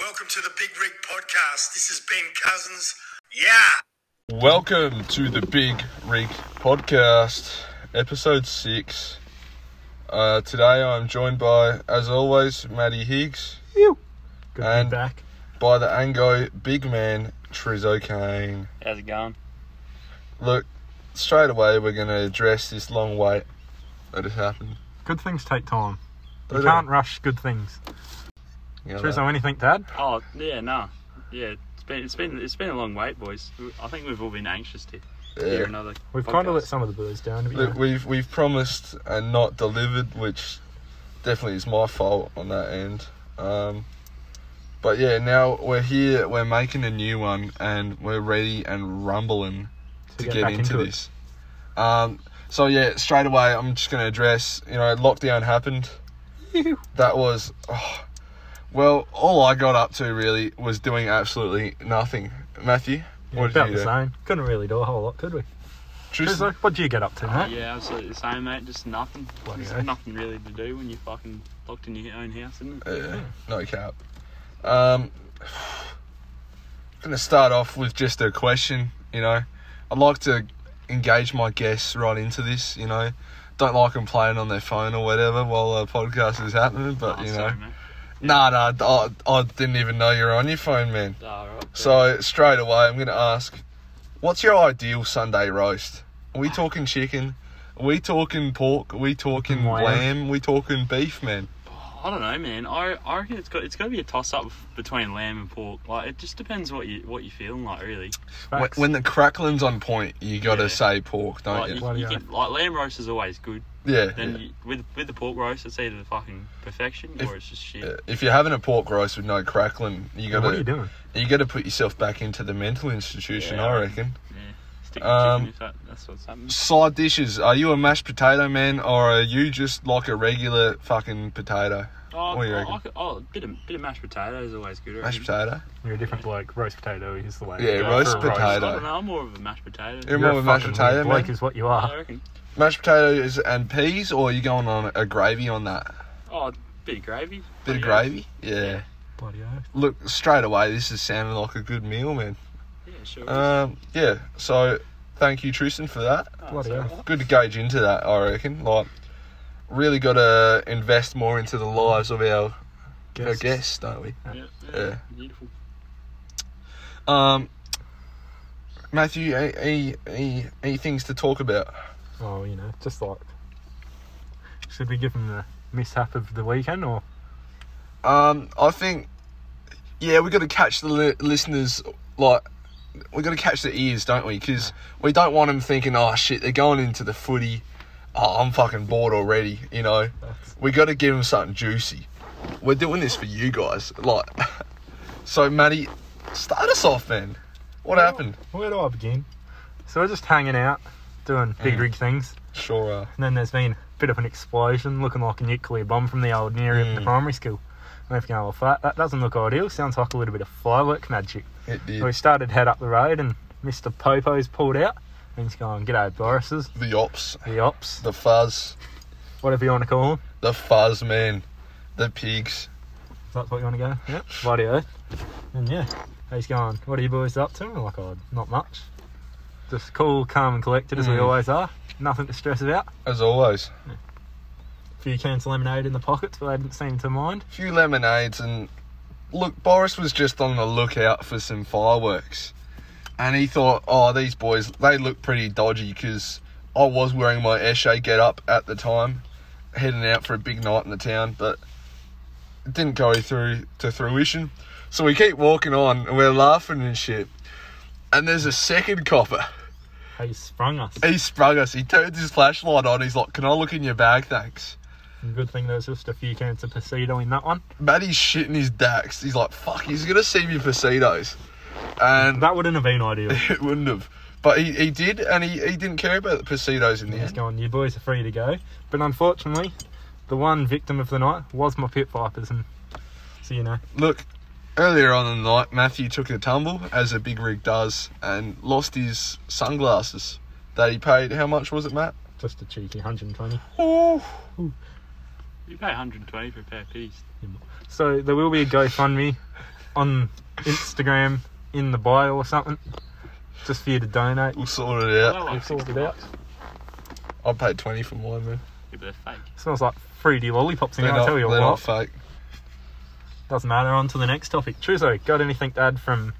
Welcome to the Big Rig Podcast. This is Ben Cousins. Yeah. Welcome to the Big Rig Podcast, episode six. Uh, today I'm joined by, as always, Maddie Higgs, Good And- to be back. by the Ango big man, Trizzo Kane. How's it going? Look, straight away we're going to address this long wait that has happened. Good things take time. You They do. can't rush good things. You know Trizzo, that. anything to add? Oh yeah, no, yeah. It's been it's been it's been a long wait, boys. I think we've all been anxious to hear Yeah. another. We've kind of let podcast. some of the birds down. But Look, yeah. we've, we've promised and not delivered, which definitely is my fault on that end. Um, but yeah, now we're here, we're making a new one, and we're ready and rumbling. to get, into, it. this. Um, so yeah, straight away, I'm just going to address. You know, lockdown happened. That was, oh, well, all I got up to really was doing absolutely nothing. Matthew, Yeah, what did about you the do? same. Couldn't really do a whole lot, could we? Just- Trizzo, what do you get up to, mate? Yeah, absolutely the same, mate. Just nothing. Bloody There's oath. nothing really to do when you're fucking locked in your own house, isn't it? yeah, no cap. Um, going to start off with just a question. You know, I'd like to engage my guests right into this. You know, don't like them playing on their phone or whatever while a podcast is happening, but Oh, you know. sorry, mate. Nah, nah, d- I, I didn't even know you were on your phone, man. Oh, all right. So, straight away, I'm going to ask what's your ideal Sunday roast? Are we talking chicken? Are we talking pork? Are we talking Wham. lamb? Are we talking beef, man? I don't know, man. I, I reckon it's got it's got to be a toss up between lamb and pork. Like it just depends what you what you're feeling like, really. When, Facts. when the cracklin's on point, you got to Yeah. say pork, don't Like, you? you, you Bloody can, like lamb roast is always good. yeah. Then yeah. you, with with the pork roast, it's either fucking perfection If- or it's just shit. Yeah. If you're having a pork roast with no crackling, you Yeah, got what are you to doing? you got to put yourself back into the mental institution, Yeah. I reckon. Stick to Um, chicken if that, that's what's happening. Side dishes. Are you a mashed potato man, or are you just like a regular fucking potato? Oh, What do you oh, reckon? I could- oh, bit of bit of mashed potato is always good. I Mashed reckon. potato. You're a different bloke. Roast potato is the way. Yeah, to go roast for a potato. I don't know. I'm more of a mashed potato. You're You're more a of a mashed fucking potato, weird bloke man. is what you I are. reckon. Mashed potatoes and peas, or are you going on a gravy on that? Oh, bit of gravy. Bit I of guess. gravy? Yeah. Bloody oath. Look, straight away, this is sounding like a good meal, man. Yeah, sure. Um, yeah, so thank you, Tristan, for that. Oh, bloody sorry. hell. Good to gauge into that, I reckon. Like, really got to invest more into the lives of our guests, our Guests. guests don't we? Yeah, Yeah. yeah, beautiful. Um, Matthew, any, any, any, any things to talk about? Oh, you know, just like. Should we give him the mishap of the weekend or Um, I think, yeah, we got to catch the li- listeners like we got to catch the ears, don't we? Because we don't want them thinking, "Oh shit, they're going into the footy." Oh, I'm fucking bored already. You know, That's- we got to give them something juicy. We're doing this for you guys, like. so, Matty, start us off, man. What happened? Where do I begin? So we're just hanging out, doing big Mm. rig things, Sure. Uh, and then there's been a bit of an explosion, looking like a nuclear bomb from the old near of the Mm. primary school. And we've gone, well, that, that doesn't look ideal. Sounds like a little bit of firework magic. it did. We started head up the road, and Mr. Popo's pulled out, and he's going, "G'day, Boris's, The ops, the ops, the fuzz, whatever you want to call them." the fuzz man, the pigs. That's what you want to go. Yep. Bloody oath. And yeah, he's going, "What are you boys up to?" And we're like, "Oh, not much. Just cool, calm, and collected as we Mm. always are. Nothing to stress about." As always, few cans of lemonade in the pockets, but they didn't seem to mind. few lemonades and look boris was just on the lookout for some fireworks and he thought oh these boys they look pretty dodgy because i was wearing my esche get up at the time heading out for a big night in the town but it didn't go through to fruition so we keep walking on and we're laughing and shit and there's a second copper They sprung us. he sprung us he turned his flashlight on he's like can i look in your bag thanks Good thing there was just a few cans of Pasito in that one. Matty's shitting his dax. He's like, fuck, he's gonna see me for Cedos. And That wouldn't have been ideal. it wouldn't have. But he, he did, and he, he didn't care about the Pasitos in the He's end. going, you boys are free to go. But unfortunately, the one victim of the night was my pit vipers. And so, you know, Look, earlier on in the night, Matthew took a tumble, as a big rig does, and lost his sunglasses that he paid. How much was it, Matt? just a cheeky 120. Oh, You pay 120 for a pair of peas. So there will be a GoFundMe on Instagram in the bio or something, just for you to donate. We'll sort it out. They're We'll like sort 60 it out. bucks. I paid twenty for mine, man. Yeah, but they're fake. smells like 3D lollipops in They're here, I not, tell you they're not what. fake. Doesn't matter, on to the next topic. Truso, got anything to add from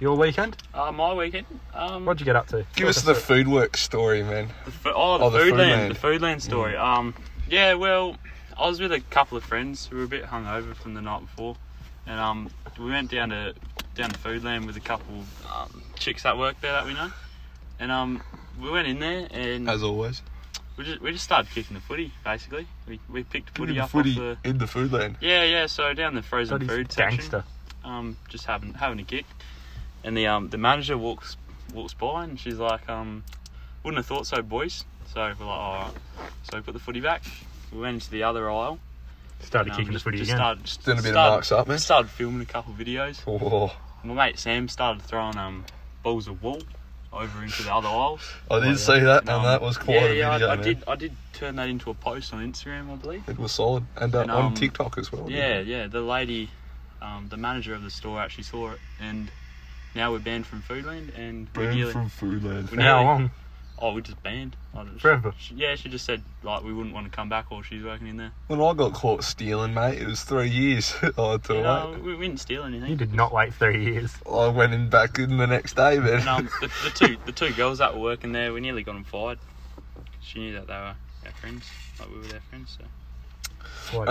your weekend? Uh, my weekend. Um, What'd you get up to? Give us the food work story, man. The fo- oh, the, Oh, the Mm. food, food land, land. the food land story. Um, yeah, well, I was with a couple of friends who were a bit hungover from the night before, and um, we went down to down to food land with a couple um, chicks that work there that we know, and um, we went in there and As always. we just we just started kicking the footy basically. We we picked footy Footy, up footy off the. in the food land. Yeah, yeah. So down the frozen Bloody food section, gangster. um, just having having a kick, and the um the manager walks walks by and she's like, um, wouldn't have thought so, boys. So we're like, all right. So we put the footy back. We went into the other aisle. Started um, kicking just, the footy just again. Started, just Doing a bit of started- marks up, man. Started filming a couple videos. Oh, My mate Sam started throwing um balls of wool over into the other aisles. I did see that, and um, that was quite yeah, a yeah, video, I, I man. did. I did turn that into a post on Instagram, I believe. It was solid, and, uh, And, on um, TikTok as well. Yeah, yeah. The lady, um, the manager of the store actually saw it, and now we're banned from Foodland, and we're Banned nearly, from Foodland. we're For how nearly- long? Oh, we just banned. I don't- Forever. She, yeah, she just said like we wouldn't want to come back while she's working in there. When I got caught stealing, mate, it was three years. I had to And, uh, wait. we, we didn't steal anything. You did not wait three years. I went in back in the next day, man. And um, the, the two the two girls that were working there, we nearly got them fired. She knew that they were our friends, like we were their friends. So Bloody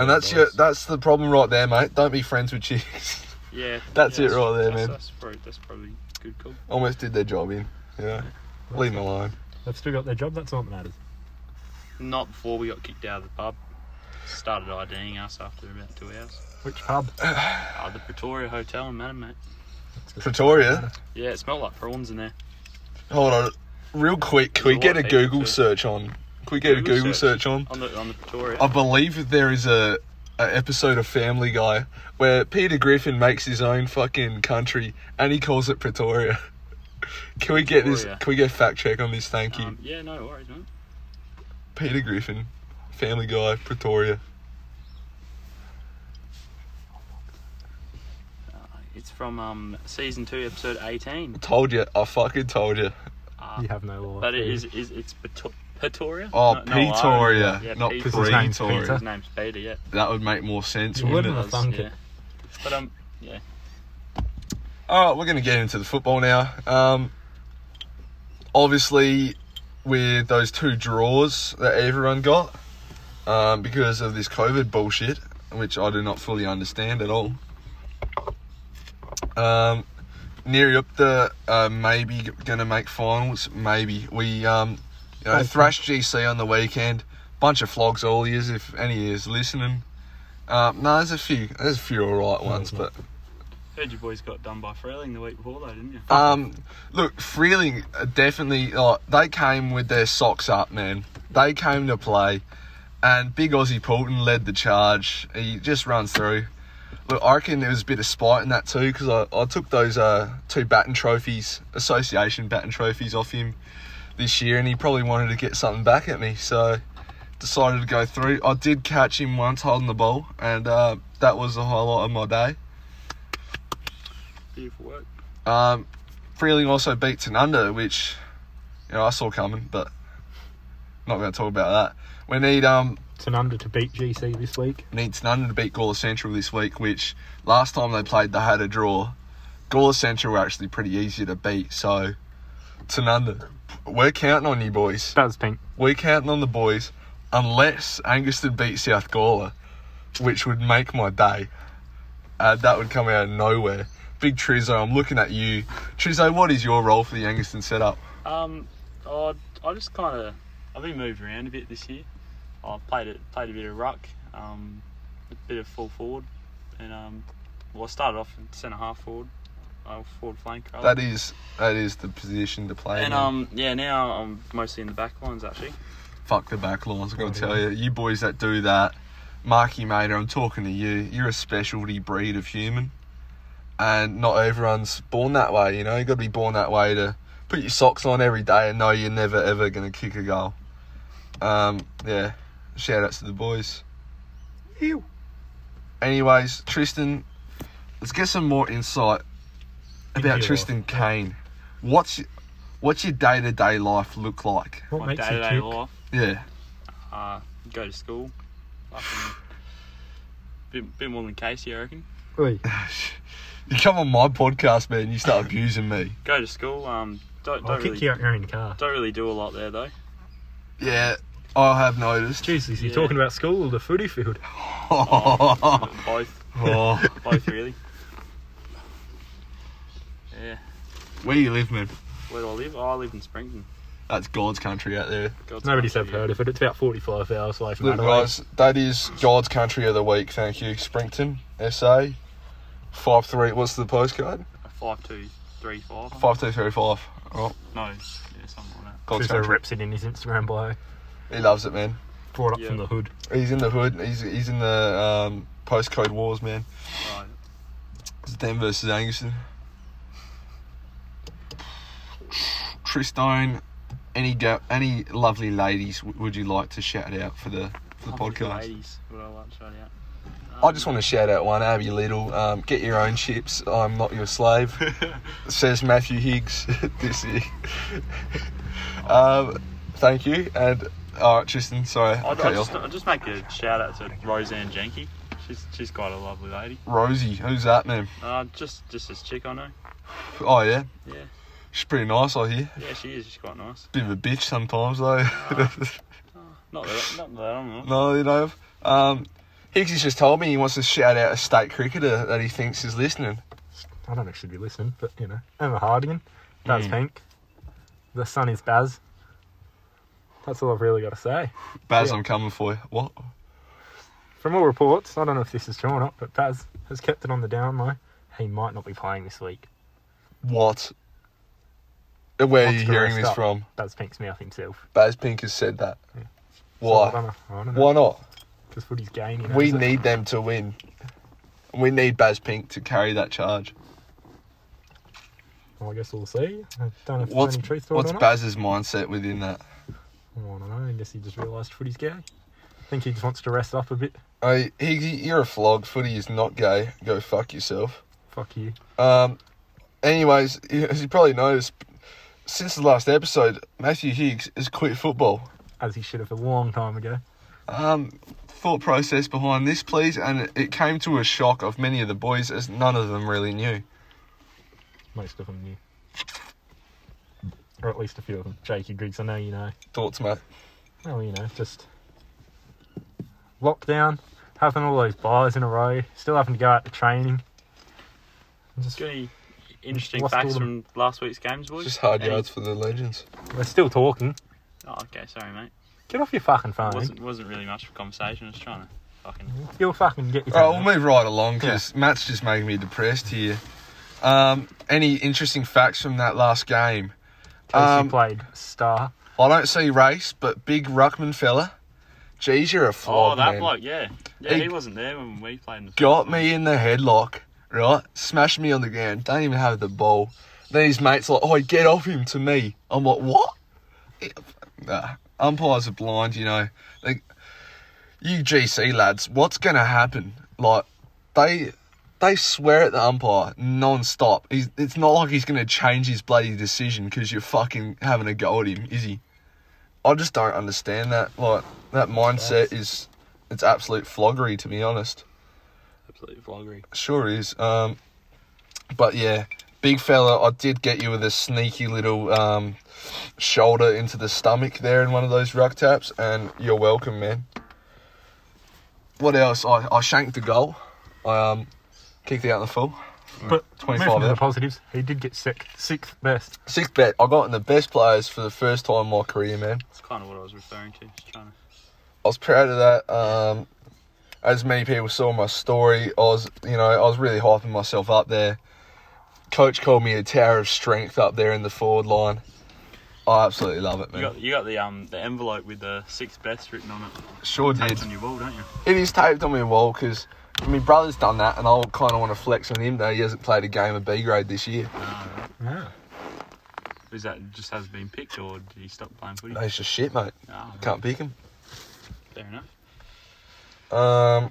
and that's boys. your, that's the problem right there, mate. Don't be friends with chicks. yeah. That's yeah, it right there, that's, man. That's probably, that's probably a good call. Almost did their job in. You know, leave them alone. They've still got their job, that's all that matters. Not before we got kicked out of the pub. Started IDing us after about two hours. Which pub? Uh, the Pretoria Hotel in Madam, mate. Pretoria. Yeah, it smelled like prawns in there. Hold on, real quick. Can we There's a get lot a of people Google too. search on? Can we get a Google search on? On the, on the Pretoria. I believe there is a, a episode of Family Guy where Peter Griffin makes his own fucking country and he calls it Pretoria. Can we get this? Pretoria. Can we get a fact check on this? Thank you, Um, yeah, no worries, man. Peter Griffin, Family Guy, Pretoria. It's from um, season two, episode 18. Told you, I fucking told you. Uh, You have no law. But it do you? is, is it's Peto- Pretoria? Oh, No- no, I- Pretoria, yeah, not Peter. 'Cause his name's Pretoria. His name's Peter, yeah. That would make more sense. You wouldn't wouldn't it? have thunk it. That's- yeah. But um, yeah. All right, Oh, we're going to get into the football now. Um, obviously, with those two draws that everyone got um, because of this COVID bullshit, which I do not fully understand at all. Um, Neryupta uh, maybe going to make finals. Maybe we um, you know, Hopefully. thrashed GC on the weekend. Bunch of flogs all years if any is listening. Uh, no, there's a few. There's a few alright ones, not. but Heard your boys got done by Freeling the week before, though, didn't you? um, look, Freeling uh, definitely. Like, they came with their socks up, man. They came to play, and Big Aussie Poulton led the charge. He just runs through. Look, I reckon there was a bit of spite in that too, because I, I took those uh, two batting trophies, association batting trophies, off him this year, and he probably wanted to get something back at me, so decided to go through. I did catch him once holding the ball, and uh, that was the highlight of my day. Beautiful work. Um, Freeling also beat Tanunda, which you know I saw coming, but not going to talk about that. We need um It's an under to beat GC this week. need Tanunda to beat Gawler Central this week, which last time they played they had a draw. Gawler Central were actually pretty easy to beat, so Tanunda, we're counting on you boys. That was pink. We're counting on the boys, unless Anguston beat South Gawler, which would make my day. Uh, that would come out of nowhere. Big Trizzo, I'm looking at you. Trizzo, what is your role for the Anguston setup? Um, I, I just kind of I've been moved around a bit this year. I played it played a bit of ruck, um, a bit of full forward, and um, well I started off in centre half forward, uh, forward flank. rather. That is that is the position to play. And man. um, yeah, now I'm mostly in the back lines actually. fuck the back lines. I'm gonna Oh, tell yeah. you, you boys that do that, Marky Mater, I'm talking to you. You're a specialty breed of human, and not everyone's born that way. You know, you got to be born that way to put your socks on every day and know you're never ever gonna kick a goal. Um, yeah, shout outs to the boys. Ew. Anyways, Tristan, Let's get some more insight your about life. Tristan Kane. What's what's your day to day life look like? What My makes you day to day tick? life. Yeah. Uh, go to school. Fucking bit, bit more than Casey, I reckon. Oi. You come on my podcast, man, you start abusing me. Go to school. Um, don't I'll don't kick really, you out your own car. don't really do a lot there though. Yeah, I have noticed. Jesus, you're Yeah. talking about school or the footy field? oh, Um, Both, both really. Yeah. where you live, man? Where do I live? Oh, I live in Springton. That's God's country out there. God's Nobody's country, ever heard of it. It's about 45 hours away from Look, Adelaide. guys, that is God's country of the week. Thank you, Springton, SA. Five three. What's the postcode? yeah. Five two three five. Five two three five. Oh, No, yeah, something like God's Tristan country. rips it in his Instagram bio. He loves it, man. Brought up Yeah. from the hood. He's in the hood. He's he's in the um, postcode wars, man. that. Right. It's them versus Anguson. Tristone, any go, any lovely ladies w- would you like to shout out for the for the podcast? Ladies, what I like to shout out. I just want to shout out one, Abby Little. Um, get your own chips. I'm not your slave, says Matthew Higgs this year. um, thank you. And all right, Tristan. Sorry, I Um, I'll, cut I'll, you just, off. I'll just make a shout out to Roseanne Jenke. She's she's quite a lovely lady. Rosie, who's that man? Uh, just just this chick I know. Oh yeah, Yeah. she's pretty nice. I hear. Yeah, she is. She's quite nice. Bit of a bitch sometimes though. Not that, not that I'm not. No, you know. Um, Higgs has just told me he wants to shout out a state cricketer that he thinks is listening. I don't actually be listening, but you know. Emma Hardingan. That's Mm. Pink. The sun is Baz. That's all I've really got to say. Baz, Yeah. I'm coming for you. What? From all reports, I don't know if this is true or not, but Baz has kept it on the down low. He might not be playing this week. What? Uh, Where are What's you the hearing rest this up? from? Baz Pink's mouth himself. Baz Pink has said that. I don't Why? know. I don't know. Why not? Because footy's game, you know. We is it? need them to win. We need Baz Pink to carry that charge. Well, I guess we'll see. I don't know if What's there's any truth to what's it or not. Baz's mindset within that? Oh, I don't know. I guess he just realised footy's gay. I think he just wants to rest up a bit. Hey, Higgy, you're a flog. Footy is not gay. Go fuck yourself. Fuck you. Um, anyways, as you probably noticed, since the last episode, Matthew Higgs has quit football. As he should have a long time ago. Um, thought process behind this, please, and it came to a shock of many of the boys as none of them really knew. Most of them knew. Or at least a few of them. Jakey Griggs, I know you know. Thoughts, mate? Well, Oh, you know, just lockdown, having all those bars in a row, still having to go out to training. Just, Got any interesting Lost facts all the- from last week's games, boys? Just hard Any- yards for the legends. we're still talking. Oh, okay, sorry, mate. Get off your fucking phone. Wasn't wasn't really much of a conversation. I was trying to fucking. You'll fucking get your All phone. right, we'll move right along because Matt's just making me depressed here. Um, any interesting facts from that last game? Casey um, played star. I don't see race, but big Ruckman fella. Geez, you're a Oh, flog, that man. bloke, yeah, yeah. He- He, wasn't there when we played. In the got me in the headlock, right? Smashed me on the ground. Don't even have the ball. Then his mate's like, "Oh, get off him to me." I'm like, "What?" Nah, umpires are blind, you know. Like, you GC lads, what's gonna happen? Like, they they swear at the umpire non-stop. He's, it's not like he's gonna change his bloody decision because you're fucking having a go at him, is he? I just don't understand that. Like, that mindset is it's absolute floggery, to be honest. Absolute vloggery. Sure is. Um, but yeah, big fella, I did get you with a sneaky little um, shoulder into the stomach there in one of those ruck taps, and you're welcome, man. What else? I, I shanked the goal. I um, kicked out in the full. But 25 moving to the out. positives, he did get sick. Sixth best. Sixth bet. I got in the best players for the first time in my career, man. That's kind of what I was referring to. Just trying to. I was proud of that. Um, as many people saw my story, I was, you know, I was really hyping myself up there. Coach called me a tower of strength up there in the forward line. I absolutely love it, You man. got you got the um the envelope with the six best written on it. Sure did. Taped on your wall, don't you? It is taped on my wall because my brother's done that, and I kind of want to flex on him though. He hasn't played a game of B grade this year. Yeah. Is that just has been picked or did he stop playing footy? That's just shit, mate. Ah, Can't pick him. fair enough. Um,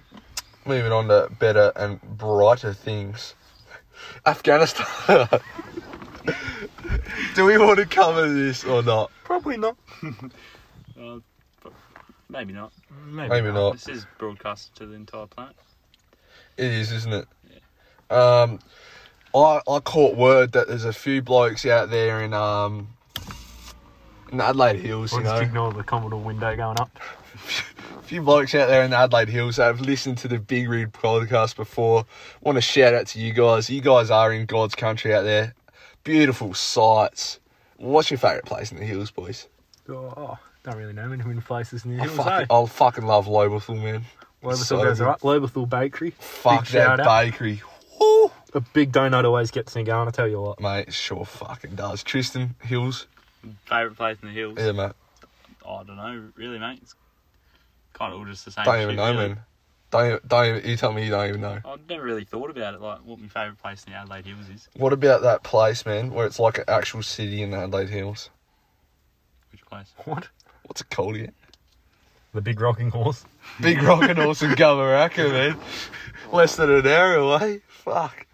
Moving on to better and brighter things. Afghanistan. Do we want to cover this or not? Probably not. Uh, but maybe not. Maybe. Maybe not. This is broadcast to the entire planet. It is, isn't it? Um, I I caught word that there's a few blokes out there in um in the Adelaide Hills, We'll you just know, ignore the Commodore window going up. a few blokes out there in the Adelaide Hills that have listened to the Big Rig podcast before. Want to shout out to you guys. You guys are in God's country out there. Beautiful sights. What's your favourite place in the hills, boys? Oh, oh, don't really know many hidden places near eh? I here. fucking, I fucking love Lobethal, man. Lobethal Oh, so goes good. right. Lobethal Bakery. Fuck Big that shout out. bakery. Woo! A big donut always gets me going. I tell you what. Mate, it sure fucking does. Tristan Hills. Favorite place in the hills? Oh, Yeah, mate. I don't know, really, mate. It's kind of all just the same. Don't shit, even know, really. man. Don't even, don't even, you tell me you don't even know. I've never really thought about it, like what my favourite place in the Adelaide Hills is. What about that place, man, where it's like an actual city in the Adelaide Hills? Which place? What? What's it called again? The big rocking horse. Big Rock and Horse and Gabaraka, man. Less than an hour away. eh, Fuck.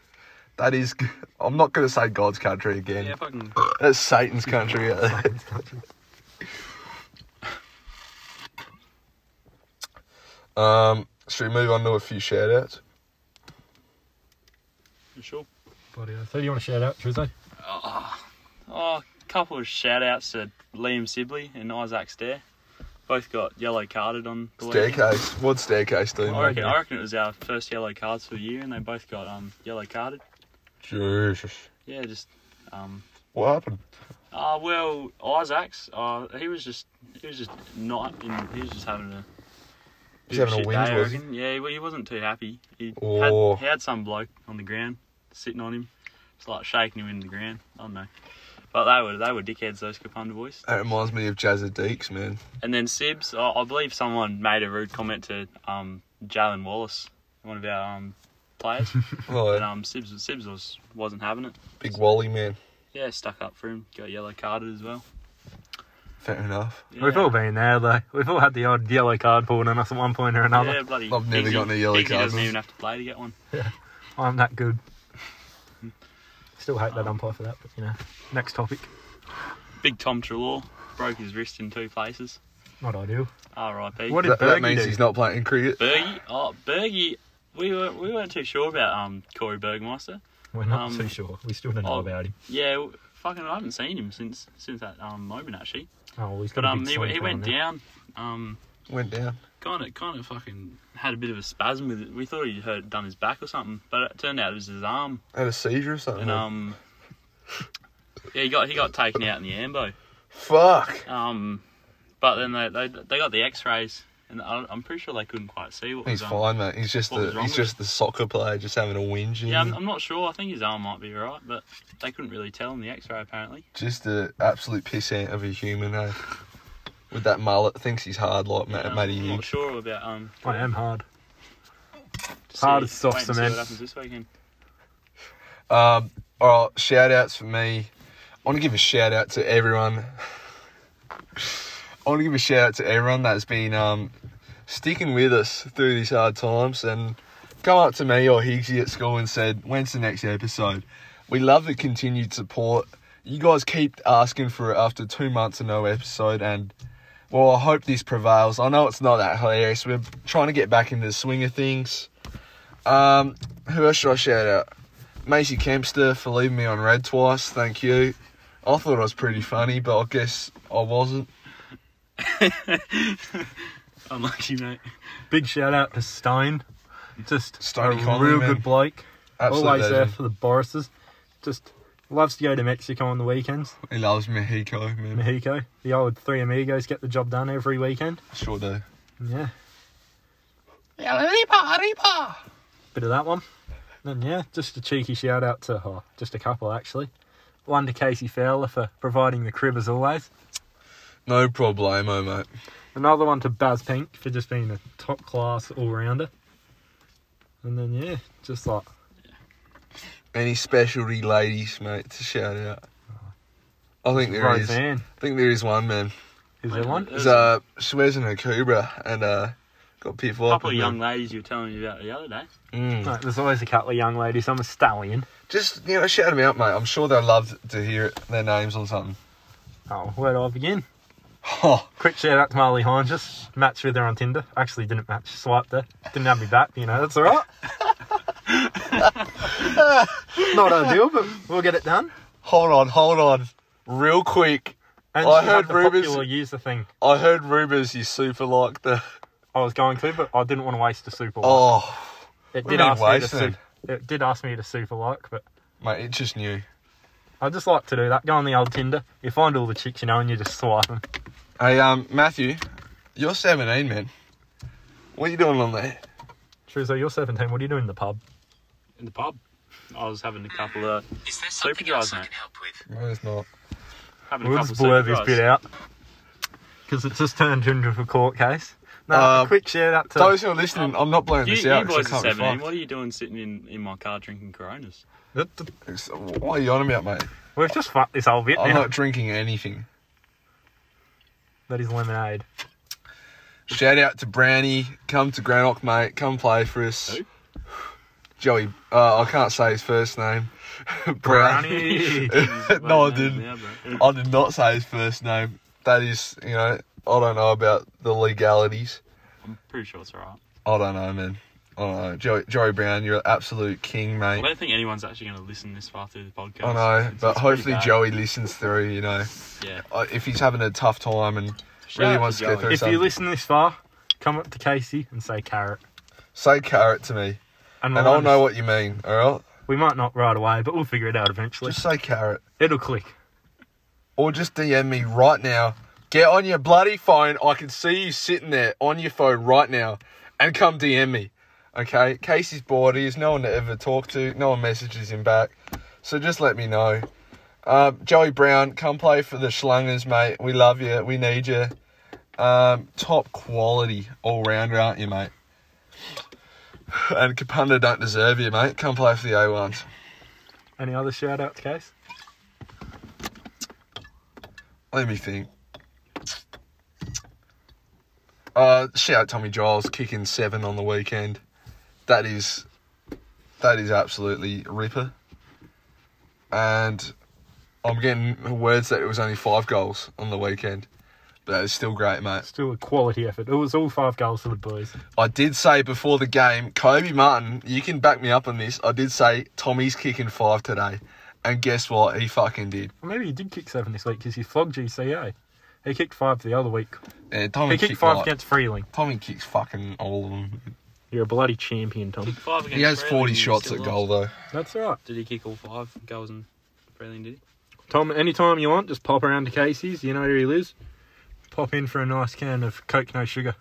That is. g- I'm not going to say God's country again. Yeah, fucking. That's Satan's country eh? out there. Um, should we move on to a few shout outs? Sure. Bloody hell. So do you want to shout out, Trizzo? Oh, a couple of shout outs to Liam Sibley and Isaac Stair. Both got yellow carded on the weekend. Staircase. What staircase do you I reckon, know? I reckon it was our first yellow cards for the year, and they both got um yellow carded. Jesus. Yeah, just um. What happened? Uh, well, Isaac's. Uh, he was just he was just not in. He was just having a. He's having a shit whinge, day, I was he? reckon. Yeah, well, he wasn't too happy. He, Oh. had, he had some bloke on the ground sitting on him, just like shaking him in the ground. I don't know. But they were they were dickheads those Kapunda boys. That reminds me of Jazza Deeks, man. And then Sibs, I, I believe someone made a rude comment to um, Jalen Wallace, one of our um, players, Oh, and um, Sibs Sibs was wasn't having it. big Wally, man. Yeah, stuck up for him. Got yellow carded as well. Fair enough. Yeah. We've all been there, though. We've all had the odd yellow card pulled on us at one point or another. Yeah, bloody. I've never Iggy- gotten a yellow Iggy card, doesn't man. even have to play to get one. I'm that good. Still hate Um, that umpire for that, but you know. Next topic. Big Tom Trelaw broke his wrist in two places. Not ideal. R.I.P. What did That, that Bergie means do? he's not playing cricket. Bergie? Oh, Bergie. We weren't, we weren't too sure about um Corey Bergmeister. We're not Um, too sure. We still don't know oh. about him. Yeah, w- fucking, I haven't seen him since since that um moment actually. Oh, well, he's got But a um, big he, w- swing he went going there. down. Um, Went down. kind of kind of fucking had a bit of a spasm with it. We thought he'd hurt done his back or something, but it turned out it was his arm. Had a seizure or something. And Uh-huh. um, yeah, he got he got taken out in the ambo. Fuck. Um, but then they they, they got the X-rays, and I, I'm pretty sure they couldn't quite see what He's was. fine, mate. He's just what was the wrong he's with just the soccer player, just having a whinge. Um, yeah, I'm, and I'm not sure. I think his arm might be right, but they couldn't really tell in the X-ray apparently. just the absolute pissant of a human, eh? With that mullet, thinks he's hard like Yeah, Matt Um, I'm, Matty not Hughes. sure about um. I am hard. to Hard see- as soft wait and see cement. What happens this weekend? Um, all right, shout outs for me. I want to give a shout out to everyone. I want to give a shout out to everyone that's been um, sticking with us through these hard times and come up to me or Higgsy at school and said, When's the next episode? We love the continued support. You guys keep asking for it after two months of no episode, and well, I hope this prevails. I know it's not that hilarious. We're trying to get back into the swing of things. Um, who else should I shout out? Macy Kempster for leaving me on red twice. Thank you. I thought I was pretty funny, but I guess I wasn't. Unlucky mate. Big shout out to Stone. Just Stoney a Conley, real man. good bloke. Absolute Always there legend. for the Borises. Just loves to go to Mexico on the weekends. He loves Mexico, man. Mexico. The old three amigos get the job done every weekend. Sure do. Yeah. Bit of that one. And yeah, just a cheeky shout out to oh, just a couple actually. One to Casey Fowler for providing the crib as always. No problemo, mate. Another one to Baz Pink for just being a top class all rounder. And then yeah, just like Any specialty ladies, mate, to shout out? I think there is. Roseanne. I think there is one, man. Is there one? There's There's uh, Suez and a Cobra and uh, Got Pit Viper. A couple of young ladies you were telling me about the other day. Mm. Mate, there's always a couple of young ladies. I'm a stallion. Just you know, shout them out, mate. I'm sure they'll love to hear their names or something. Oh, where do I begin? Oh, Quick shout out to Marley Hines. Just matched with her on Tinder. Actually, didn't match. Swiped her. Didn't have me back. You know, that's all right. Not ideal, but we'll get it done. hold on, hold on, real quick. And I she heard had the rumours- popular user thing. I heard rumours you super like the. I was going to, but I didn't want to waste a super like. Oh, it we did mean ask me to wasting. super, It did ask me to super like, but mate, it's just new. I just like to do that. Go on the old Tinder. You find all the chicks you know, and you just swipe them. Hey, um, Matthew, you're 17, man. What are you doing on there? Truzo, you're 17. What are you doing in the pub? In the pub. I was having a couple of Is Sleepy there something drives, else I mate. can help with? No, it's not. having We'll a couple just blur of this bit out because it's just turned into a court case. No, Uh, quick shout out to Those who are listening, I'm not blowing You, this you out. 'cause I boys are can't be 17. fucked. What are you doing sitting in, in my car drinking Coronas? It's- What are you on about, mate? We've just fucked this whole bit I'm now. not drinking anything. That is lemonade. Shout out to Brownie. Come to Granock, mate. Come play for us. Who? Joey. Uh, I can't say his first name. Brownie. Brownie. no, I didn't. Oh. I did not say his first name. That is, you know, I don't know about the legalities. I'm pretty sure it's alright. I don't know, man. I don't know. Joey, Joey Brown, you're an absolute king, I mate. don't think anyone's actually going to listen this far through the podcast. I know, It's- but it's pretty hopefully bad. Joey listens through, you know, Yeah. Uh, if he's having a tough time and Shout really out wants to get Joey. through if you something. listen this far, come up to Casey and say carrot. Say carrot to me, and we'll I'll know what you mean, alright? We might not right away, but we'll figure it out eventually. Just say carrot. It'll click. Or just DM me right now. Get on your bloody phone. I can see you sitting there on your phone right now and come DM me. Okay? Casey's bored. He has no one to ever talk to. No one messages him back. So just let me know. Um, Joey Brown, come play for the Schlungers, mate. We love you. We need you. Um, top quality all rounder, aren't you, mate? And Capunda don't deserve you, mate. Come play for the A1s. Any other shout outs, Case? Let me think. Uh, shout out Tommy Giles kicking seven on the weekend. That is, that is absolutely ripper. And I'm getting words that it was only five goals on the weekend, but it's still great, mate. Still a quality effort. It was all five goals for the boys. I did say before the game, Kobe Martin, you can back me up on this. I did say Tommy's kicking five today, and guess what? He fucking did. Or maybe he did kick seven this week because he flogged GCA. He kicked five the other week. Yeah, Tommy He kicked kicked five like- against Freeling. Tommy kicks fucking all of them. You're a bloody champion, Tom. Kick five against He has Freeling 40 and you shots still at lost. goal though. That's right. Did he kick all five goals in Freeling, did he? Tom, anytime you want, just pop around to Casey's. You know where he lives. Pop in for a nice can of Coke No Sugar.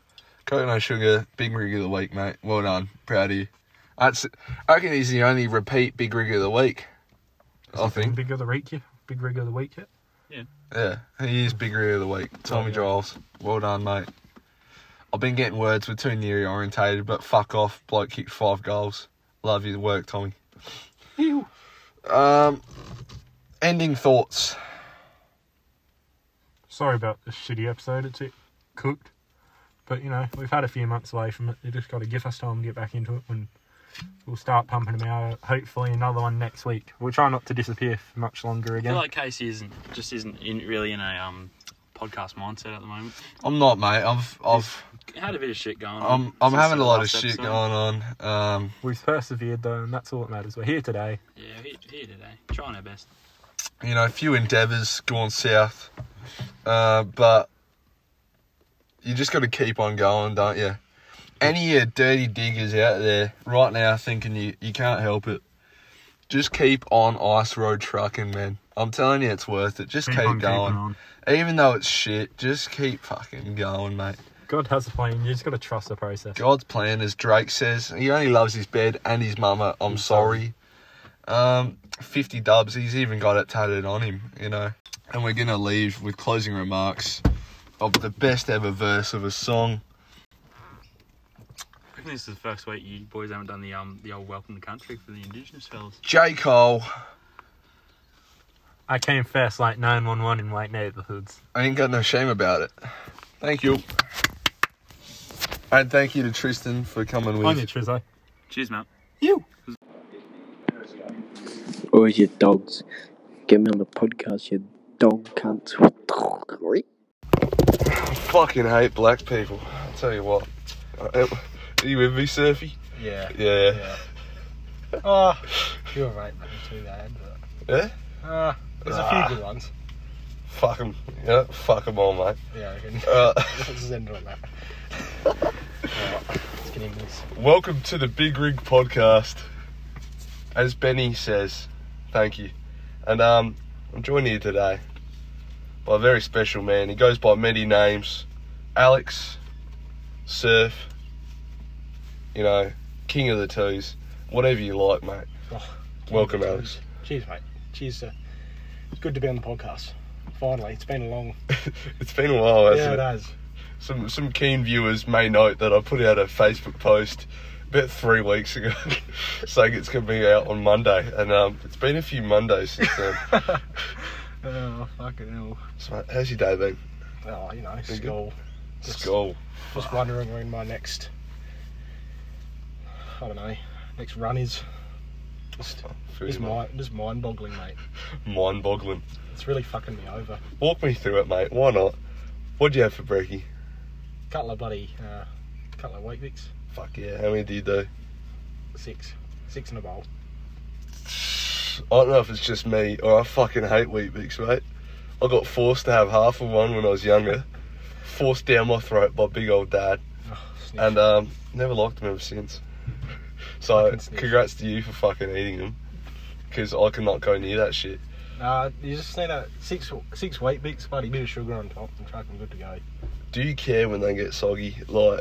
Coconut Sugar, big rig of the week, mate. Well done, proud of you. That's. I reckon he's the only repeat big rig of the week. I think. Big of the week, yeah. Big rig of the week, yeah. Yeah, he is big rig of the week. Tommy yeah. Giles, well done, mate. I've been getting words. We're too nearly orientated, but fuck off. Bloke kicked five goals. Love your work, Tommy. Um, ending thoughts. Sorry about this shitty episode. It's it cooked. But, you know, we've had a few months away from it. You just got to give us time to get back into it when we'll start pumping them out. Hopefully, another one next week. We'll try not to disappear for much longer I again. feel like Casey isn't just isn't in, really in a um, podcast mindset at the moment. I'm not, mate. I've, I've, Had a bit of shit going. on I'm, I'm since having a the lot of last shit episode. going on. Um, We've persevered, though, and that's all that matters. We're here today. Yeah, here, here today, trying our best. you know, a few endeavours gone south, uh, but you just got to keep on going, don't you? Any of you dirty diggers out there right now thinking you, you can't help it, just keep on ice road trucking, man. I'm telling you, it's worth it. Just keep, on keeping going. on. Even though it's shit, just keep fucking going, mate. God has a plan. You just got to trust the process. God's plan, as Drake says, he only loves his bed and his mama. I'm sorry. Um, 50 dubs, he's even got it tatted on him, you know. And we're going to leave with closing remarks of the best ever verse of a song. I think this is the first week you boys haven't done the um the old welcome to country for the indigenous fellas. J. Cole, I came first, like 911 in white neighborhoods. I ain't got no shame about it. Thank you. And thank you to Tristan for coming On your with. Trizzo. Cheers, mate. You. Where's your dogs? Get me on the podcast, you dog cunts. Fucking hate black people. I'll tell you what. Uh, Are you with me, Surfy? Yeah. Yeah. Yeah. Oh, you're right, man. It's too bad. But, Yeah? uh, there's a few good ones. Fuck 'em. Yeah, fuck 'em all, mate. Yeah, I can. Uh, Let's just end on that. Alright, Let's get into this. welcome to the Big Rig Podcast. As Benny says, thank you. And um, I'm joined here today by a very special man. He goes by many names Alex, Surf, you know, King of the Twos, whatever you like, mate. Oh, Welcome, Alex. Cheers, mate. Cheers. Uh, it's good to be on the podcast. Finally, it's been a long. It's been a while, hasn't yeah, it? it has. Some some keen viewers may note that I put out a Facebook post about three weeks ago saying it's going to be out on Monday, and um, it's been a few Mondays since then. Oh, fucking hell. so, mate, how's your day been? Oh, you know, good? school. Just- School. Just wondering when my next, I don't know, next run is. Just, Oh, just, mi- just mind-boggling, mate. Mind boggling. It's really fucking me over. Walk me through it, mate. Why not? What'd you have for brekkie? Couple of bloody, uh, couple of week picks. Fuck yeah. How many do you do? Six, six in a bowl. I don't know if it's just me or I fucking hate wheat bix, mate. I got forced to have half of one when I was younger, forced down my throat by big old dad. Oh, sniff. and um, never liked them ever since. So Fucking snitch. congrats to you for fucking eating them, because I cannot go near that shit. uh, you just need a six, six wheat bix, bloody bit of sugar on top, and fucking good to go. Do you care when they get soggy? Like,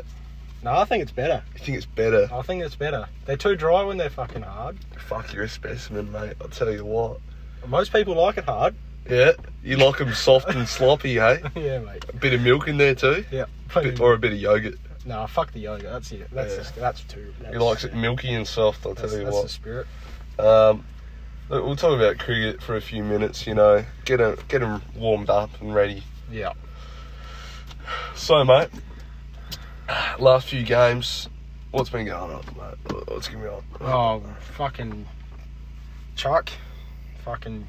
No, I think it's better. you think it's better? I think it's better. They're too dry when they're fucking hard. Fuck, you're a specimen, mate. I'll tell you what. Most people like it hard. Yeah, you like them soft and sloppy, hey? yeah, mate. A bit of milk in there too, Yeah. bit, or a bit of yogurt. No, fuck the yogurt. That's it. That's Yeah. just, that's too. That's, He likes it milky and soft. I'll tell That's, you that's what. the spirit. Um, look, we'll talk about cricket for a few minutes. You know, get them get 'em warmed up and ready. Yeah. So, mate, last few games, what's been going on, mate? What's going on? Oh, fucking Chuck, fucking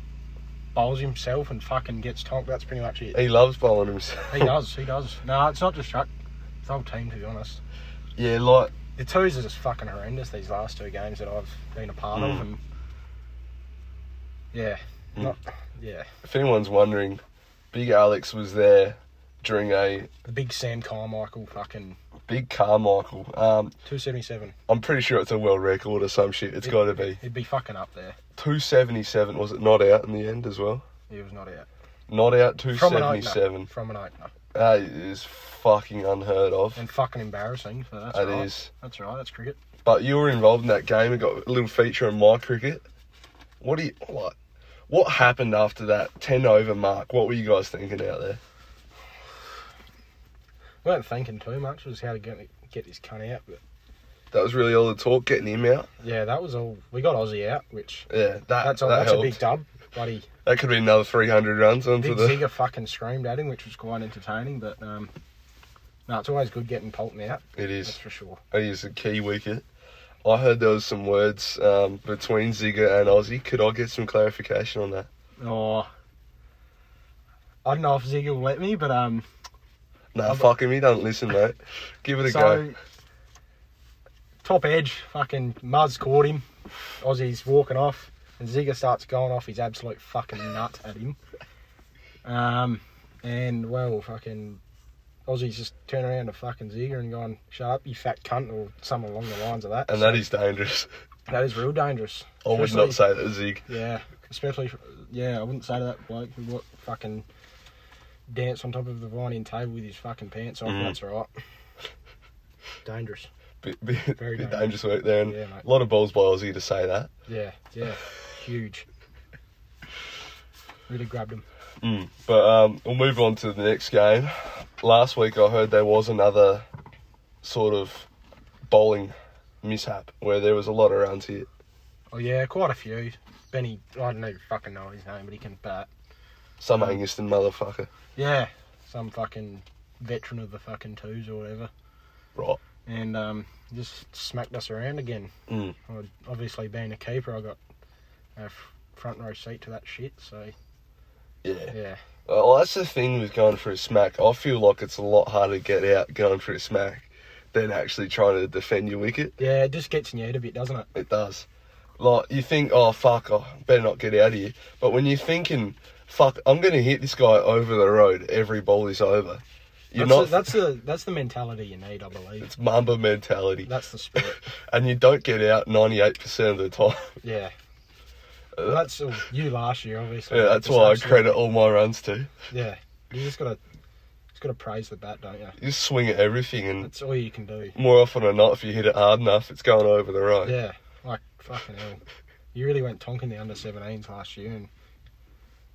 bowls himself and fucking gets tonked. That's pretty much it. He loves bowling himself. He does. He does. No, it's not just Chuck. It's the whole team, to be honest. yeah, like, The twos are just fucking horrendous. These last two games that I've been a part Mm. of, and yeah, not yeah. if anyone's wondering, Big Alex was there during a The big Sam Carmichael, fucking big Carmichael. Um, two seventy seven. I'm pretty sure it's a world record or some shit. It's got to be He'd be fucking up there. 277. Was it not out in the end as well? He was not out. Not out From an opener. 277. From an opener. That is fucking unheard of. And fucking embarrassing. So that's That right. is. That's right. That's cricket. But you were involved in that game. and got a little feature on my cricket. What do you like? What happened after that ten over mark? What were you guys thinking out there? weren't thinking too much. It was how to get get this cunt out. But That was really all the talk, getting him out. yeah, that was all. We got Aussie out, which Yeah, that that's a, that that's a helped. big dub. Bloody that could be another three hundred runs onto big the. Zigger fucking screamed at him, which was quite entertaining. But um, no, it's always good getting Polton out. It That's is. for sure. It is a key wicket. I heard there was some words um, between Zigger and Aussie. Could I get some clarification on that? Oh, I don't know if Zigger will let me, but um, Nah, I'm- fuck him. He don't listen, mate. Give it a so go. top edge, fucking Muzz caught him. Aussie's walking off, and Zigger starts going off his absolute fucking nut at him. Um, and well, fucking Aussie's just turned around to fucking Zigger and gone, "Shut up, you fat cunt," or something along the lines of that. And that is dangerous. that is real dangerous. I would Especially- not say that Zig. yeah, especially for, yeah, I wouldn't say to that bloke who what fucking dance on top of the vining table with his fucking pants off. Mm. That's right. Dangerous. Bit, bit, bit Very dangerous. dangerous. work there, and Yeah, mate. a lot of balls by Aussie to say that. Yeah, yeah, huge. Really grabbed him. But um, we'll move on to the next game. Last week I heard there was another sort of bowling mishap where there was a lot of runs hit. Oh yeah, quite a few. Benny, I don't even fucking know his name, but he can bat. Some Uh-huh. Angiston motherfucker. Yeah, some fucking veteran of the fucking twos or whatever. Right. and um, just smacked us around again. Mm. I'd obviously being a keeper, I got a f- front row seat to that shit. So Yeah. yeah, Well, that's the thing with going for a smack. I feel like it's a lot harder to get out going for a smack than actually trying to defend your wicket. yeah, it just gets in your head a bit, doesn't it? It does. Like, you think, oh, fuck, I better not get out of here. But when you're thinking, fuck, I'm going to hit this guy over the road every ball is over, you're that's not. the, that's the that's the mentality you need, I believe. it's Mamba mentality. That's the spirit. and you don't get out 98% of the time. Yeah. Well, that's all you last year, obviously. Yeah, that's Just why I absolute- credit all my runs to. Yeah, you just gotta, just gotta praise the bat, don't you? You swing at everything, and That's all you can do. more often than not, if you hit it hard enough, it's going over the road. Yeah, like fucking hell. You really went tonking the under 17s last year, and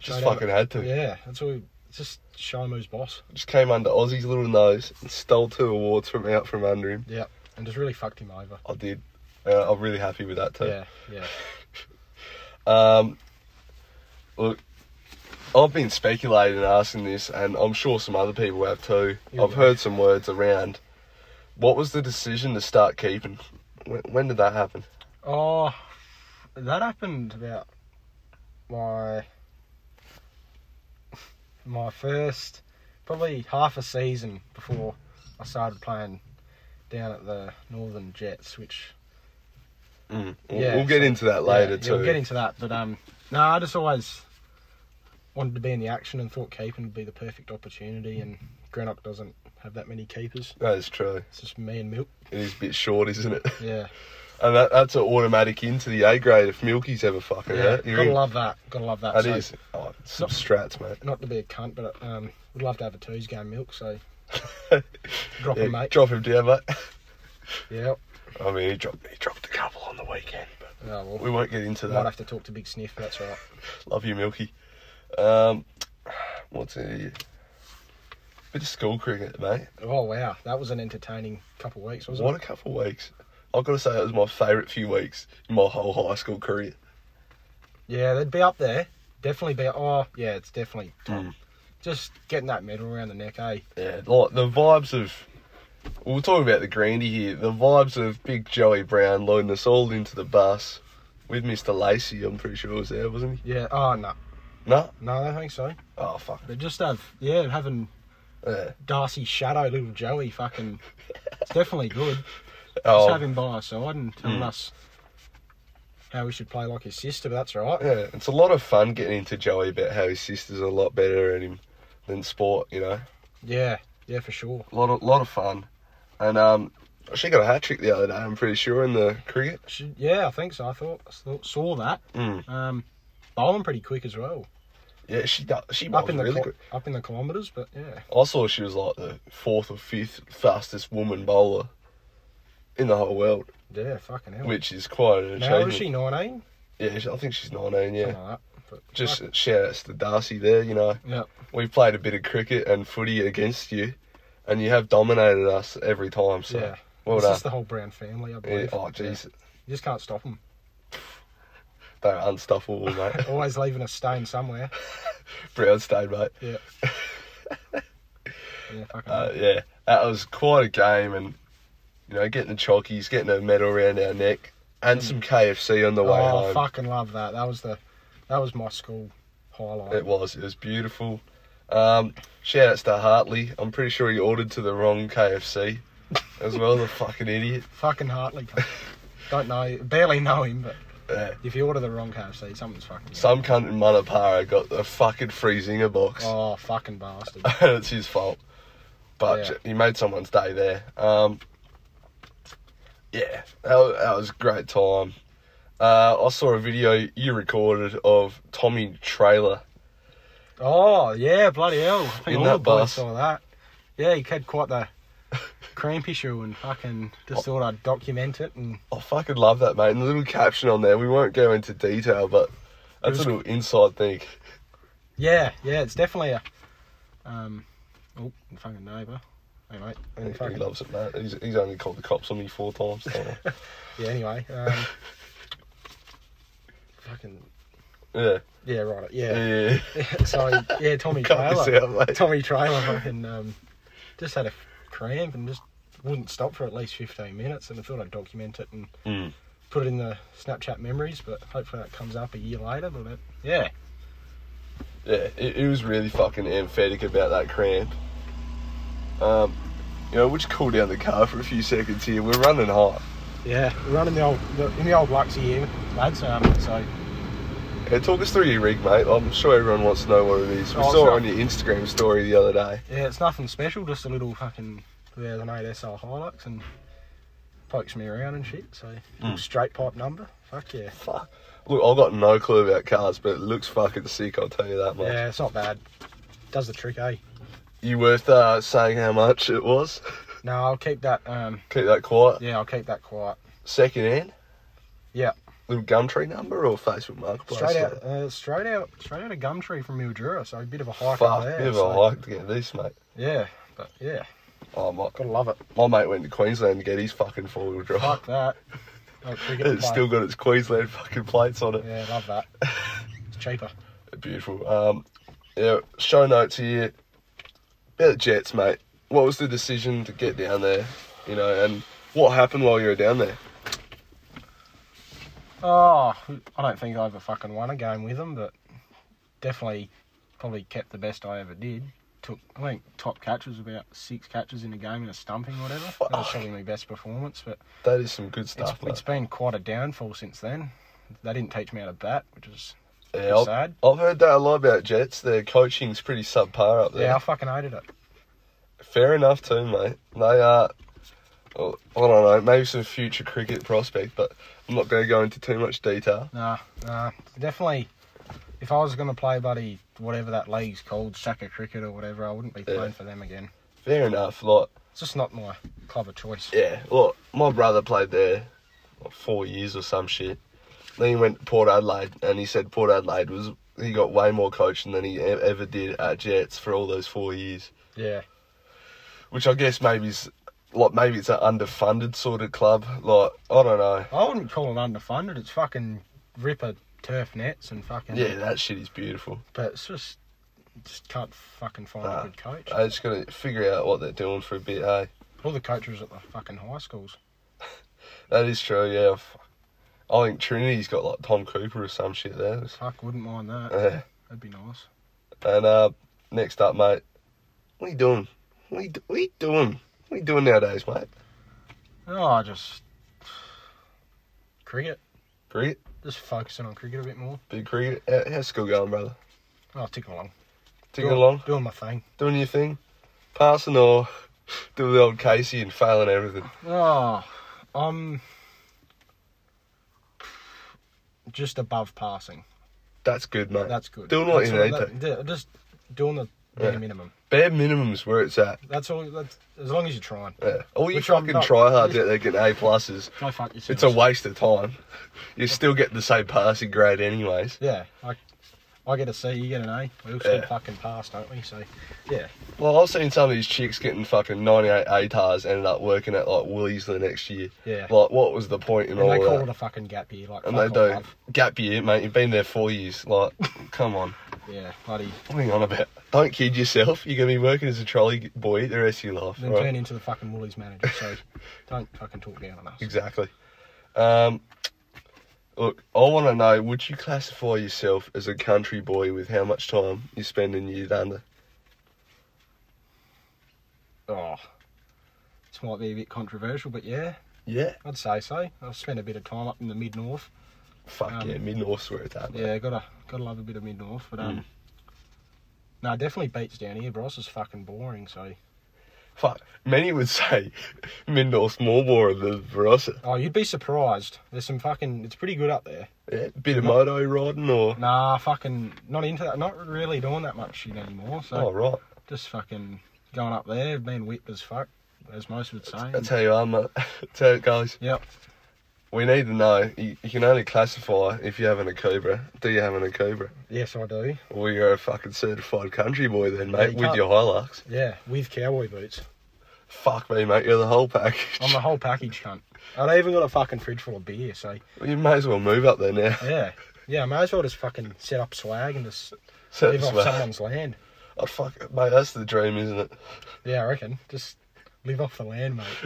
Just showed how- fucking had to. Yeah, that's all. Just show him who's boss. Just came under Aussie's little nose and stole two awards from out from under him. Yeah, and just really fucked him over. I did. Uh, I'm really happy with that too. Yeah, yeah. Um, look, I've been speculating and asking this, and I'm sure some other people have too. Yeah. I've heard some words around. What was the decision to start keeping? When, when did that happen? Oh, that happened about my my first probably half a season before I started playing down at the Northern Jets, which We'll, Mm. Yeah, we'll get so- into that later yeah, yeah, too. we'll get into that, but um, no, I just always wanted to be in the action and thought keeping would be the perfect opportunity, and Greenock doesn't have that many keepers. that is true. It's just me and Milk. It is a bit short, isn't it? Yeah, And that, that's an automatic into the A grade if Milky's ever fucking yeah. hurt. You're Gotta in. love that. Gotta love that. That So- is. Oh, some strats, mate. not to be a cunt, but um, would love to have a twos game milk. So drop Yeah, him, mate. Drop him down, mate. Yeah. I mean, he dropped, he dropped a couple on the weekend, but Oh, well, we won't get into might that. have to talk to Big Sniff. but That's all right. Love you, Milky. Um, what's a bit of school cricket, mate? Oh wow, that was an entertaining couple of weeks, wasn't What a it? couple of weeks. I've got to say, it was my favourite few weeks in my whole high school career. Yeah, they'd be up there. Definitely be. Oh yeah, it's definitely top. Hmm. Just getting that medal around the neck, eh? Yeah, like the vibes of. we We're talking about the grandy here. The vibes of Big Joey Brown loading us all into the bus with Mr. Lacey. I'm pretty sure was there, wasn't he? Yeah. Oh no, No. no, I don't think so. Oh fuck. They just have. Yeah, having Yeah. Darcy Shadow, little Joey, fucking. it's definitely good. Just have Oh, Hmm. him by our side and telling us how we should play like his sister. But that's all right. yeah. It's a lot of fun getting into Joey about how his sister's a lot better at him than sport. You know. Yeah, yeah, for sure. A lot of lot of fun, and um, she got a hat trick the other day. I'm pretty sure in the cricket. She, yeah, I think so. I thought, I thought- saw that. Mm. Um, bowling pretty quick as well. Yeah, she do- she Up bowls in the really kil- good. up in the kilometers, but yeah, I saw she was like the fourth or fifth fastest woman bowler in the whole world, yeah, fucking hell. which is quite an now achievement. is she nineteen? Yeah, she- I think she's 19. Yeah. Something like that. But Just shout outs to Darcy there. You know, yeah, we played a bit of cricket and footy against you, and you have dominated us every time. So yeah. well it's done. just the whole Brown family, I Yeah, believe. oh jeez, Yeah. You just can't stop them. they're unstoppable, mate. Always leaving a stain somewhere. Brown stayed, mate. Yeah. yeah, fucking. Uh, hell. yeah, that was quite a game, and you know, getting the chockies, getting a medal around our neck, and some KFC on the way oh, home. fucking love that. That was the, that was my school highlight. It was, it was beautiful. Um, shout outs to Hartley. I'm pretty sure he ordered to the wrong KFC as well. the fucking idiot. Fucking Hartley. cunt. Don't know, barely know him, but Yeah. if you order the wrong KFC, something's fucking. Some cunt in Manapara got the fucking free zinger box, Oh, fucking bastard. and it's his fault. But Yeah. he made someone's day there. Um, yeah, that was, that was a great time. Uh, I saw a video you recorded of Tommy Trailer. Oh, yeah, bloody hell. I think In all that the boys bus. saw that. Yeah, he had quite the cramp issue and fucking just thought I'd document it. And I fucking love that, mate. And the little caption on there, we won't go into detail, but that's was- a little inside thing. yeah, yeah, it's definitely a. Um, oh, fucking neighbour. Hey, mate. I didn't He fucking- loves it, mate. He's, he's only called the cops on me four times. so- yeah, anyway. Um, fucking. yeah. Yeah, right. it- Yeah. Yeah. so yeah, Tommy Cut this Trailer. out, mate. Tommy Trailer fucking um, just had a cramp and just wouldn't stop for at least 15 minutes, and I thought I'd document it and Mm. put it in the Snapchat memories. But hopefully that comes up a year later. But it, yeah, Yeah, it, it was really fucking emphatic about that cramp. Um, you know, we'll just cool down the car for a few seconds here. We're running hot. yeah, we're running the old the, in the old Luxy here, lads. Um, so Yeah, talk us through your rig, mate. I'm sure everyone wants to know what it is. We Oh, saw sorry. it on your Instagram story the other day. yeah, it's nothing special, just a little fucking 2008 SR Hilux and pokes me around and shit. So little straight pipe number. Fuck yeah. Fuck. Look, I've got no clue about cars, but it looks fucking sick, I'll tell you that much. Yeah, it's not bad. Does the trick, eh? You worth uh, saying how much it was? No, I'll keep that. Um, Keep that quiet. yeah, I'll keep that quiet. Second hand? Yeah. Little Gumtree number or Facebook Marketplace? Straight out, mate? uh, straight out, straight out of Gumtree from Mildura, so a bit of a hike up Fuck, there. bit of a so- hike to get this, mate. Yeah, but yeah, Oh, my, gotta love it. my mate went to Queensland to get his fucking four wheel drive. Fuck that. Oh, cricket It's play. still got its Queensland fucking plates on it. Yeah, love that. It's cheaper. Beautiful. Um, yeah, show notes here. About the Jets, mate. What was the decision to get down there? You know, and what happened while you were down there? Oh, I don't think I ever fucking won a game with them, but definitely probably kept the best I ever did. Took, I think top catch was about six catches in a game in a stumping or whatever. That was Fuck. probably my best performance, but That is some good it's, stuff, it's been quite a downfall since then. They didn't teach me how to bat, which is mate. it's Yeah, I've, sad. I've heard that a lot about Jets. Their coaching's pretty subpar up yeah, there. I fucking hated it. Fair enough, too, mate. They are. Well, I don't know, maybe some future cricket prospect, but I'm not going to go into too much detail. Nah, nah, definitely. If I was going to play, buddy, whatever that league's called, Soccer Cricket or whatever, I wouldn't be Yeah. playing for them again. Fair enough. Like, It's just not my club of choice. Yeah, look, my brother played there what, four years or some shit. Then he went to Port Adelaide, and he said Port Adelaide was he got way more coaching than he e- ever did at Jets for all those four years. Yeah, Which I guess maybe is like maybe it's an underfunded sort of club. Like I don't know. I wouldn't call it underfunded. It's fucking ripper turf nets and fucking. Yeah, that shit is beautiful. But it's just, just can't fucking find Nah. a good coach. I just gotta figure out what they're doing for a bit. eh? Hey, All the coaches at the fucking high schools. that is true. Yeah, F- I think Trinity's got like Tom Cooper or some shit there. Fuck, wouldn't mind that. Yeah. That'd be nice. And uh, next up, mate, what are you doing? What are you, what are you doing? What are you doing nowadays, mate? Oh, I just cricket. Cricket? Just focusing on cricket a bit more. Big cricket? How, how's school going, brother? Oh, ticking along. Ticking Doing- along? Doing my thing. Doing your thing? Passing or doing the old Casey and failing everything? Oh, I'm just above passing. That's good, mate. That's good. Doing what That's you all- need to. that- that- Just doing the bare Yeah. minimum. Bare minimum's where it's at. That's all. That's, as long as you're trying. Yeah. All you Which I'm fucking not. tryhards out there getting A pluses. Go fuck yourself. It's a waste of time. You still get the same passing grade anyways. yeah. I, I get a C. You get an A. We all still Yeah. fucking pass, don't we? So, yeah. Well, I've seen some of these chicks getting fucking 98 ATARs ended up working at like Woolies the next year. Yeah. Like, what was the point in And all they that? call it a fucking gap year. Like, And fuck they off, do. love. Gap year, mate. You've been there four years. Like, come on. Yeah, bloody. What are you on about? Don't kid yourself. You're going to be working as a trolley boy the rest of your life. Then right? turn into the fucking Woolies manager. So, don't fucking talk down on us. Exactly. Um, look, I want to know would you classify yourself as a country boy with how much time you spend in Uganda? Oh, this might be a bit controversial, but yeah. Yeah. I'd say so. I've spent a bit of time up in the mid north. Fuck Um, yeah. Mid North's where it's at. mate. Yeah, gotta gotta love a bit of mid north, but Mm. um, no, it definitely beats down here. Bros is fucking boring. So, Fuck. Many would say Mid North's more boring than Barossa. oh, you'd be surprised. There's some fucking. It's pretty good up there. Yeah. Bit of moto riding or. Nah, fucking not into that. Not really doing that much shit anymore. So Oh, right. just fucking going up there, being whipped as fuck, as most would say. That's how you are, mate. That's how it goes. Yep. We need to know. You, you can only classify if you're having a cobra. Do you having a cobra? Yes, I do. Well, you're a fucking certified country boy then, Yeah, mate, you with can't- your Hilux. Yeah, with cowboy boots. Fuck me, mate. You're the whole package. I'm a whole package cunt. I don't even got a fucking fridge full of beer. So you may as well move up there now. yeah, yeah. I may as well just fucking set up swag and just Set live this off way. someone's land. Oh, fuck, mate. That's the dream, isn't it? Yeah, I reckon. Just Live off the land, mate.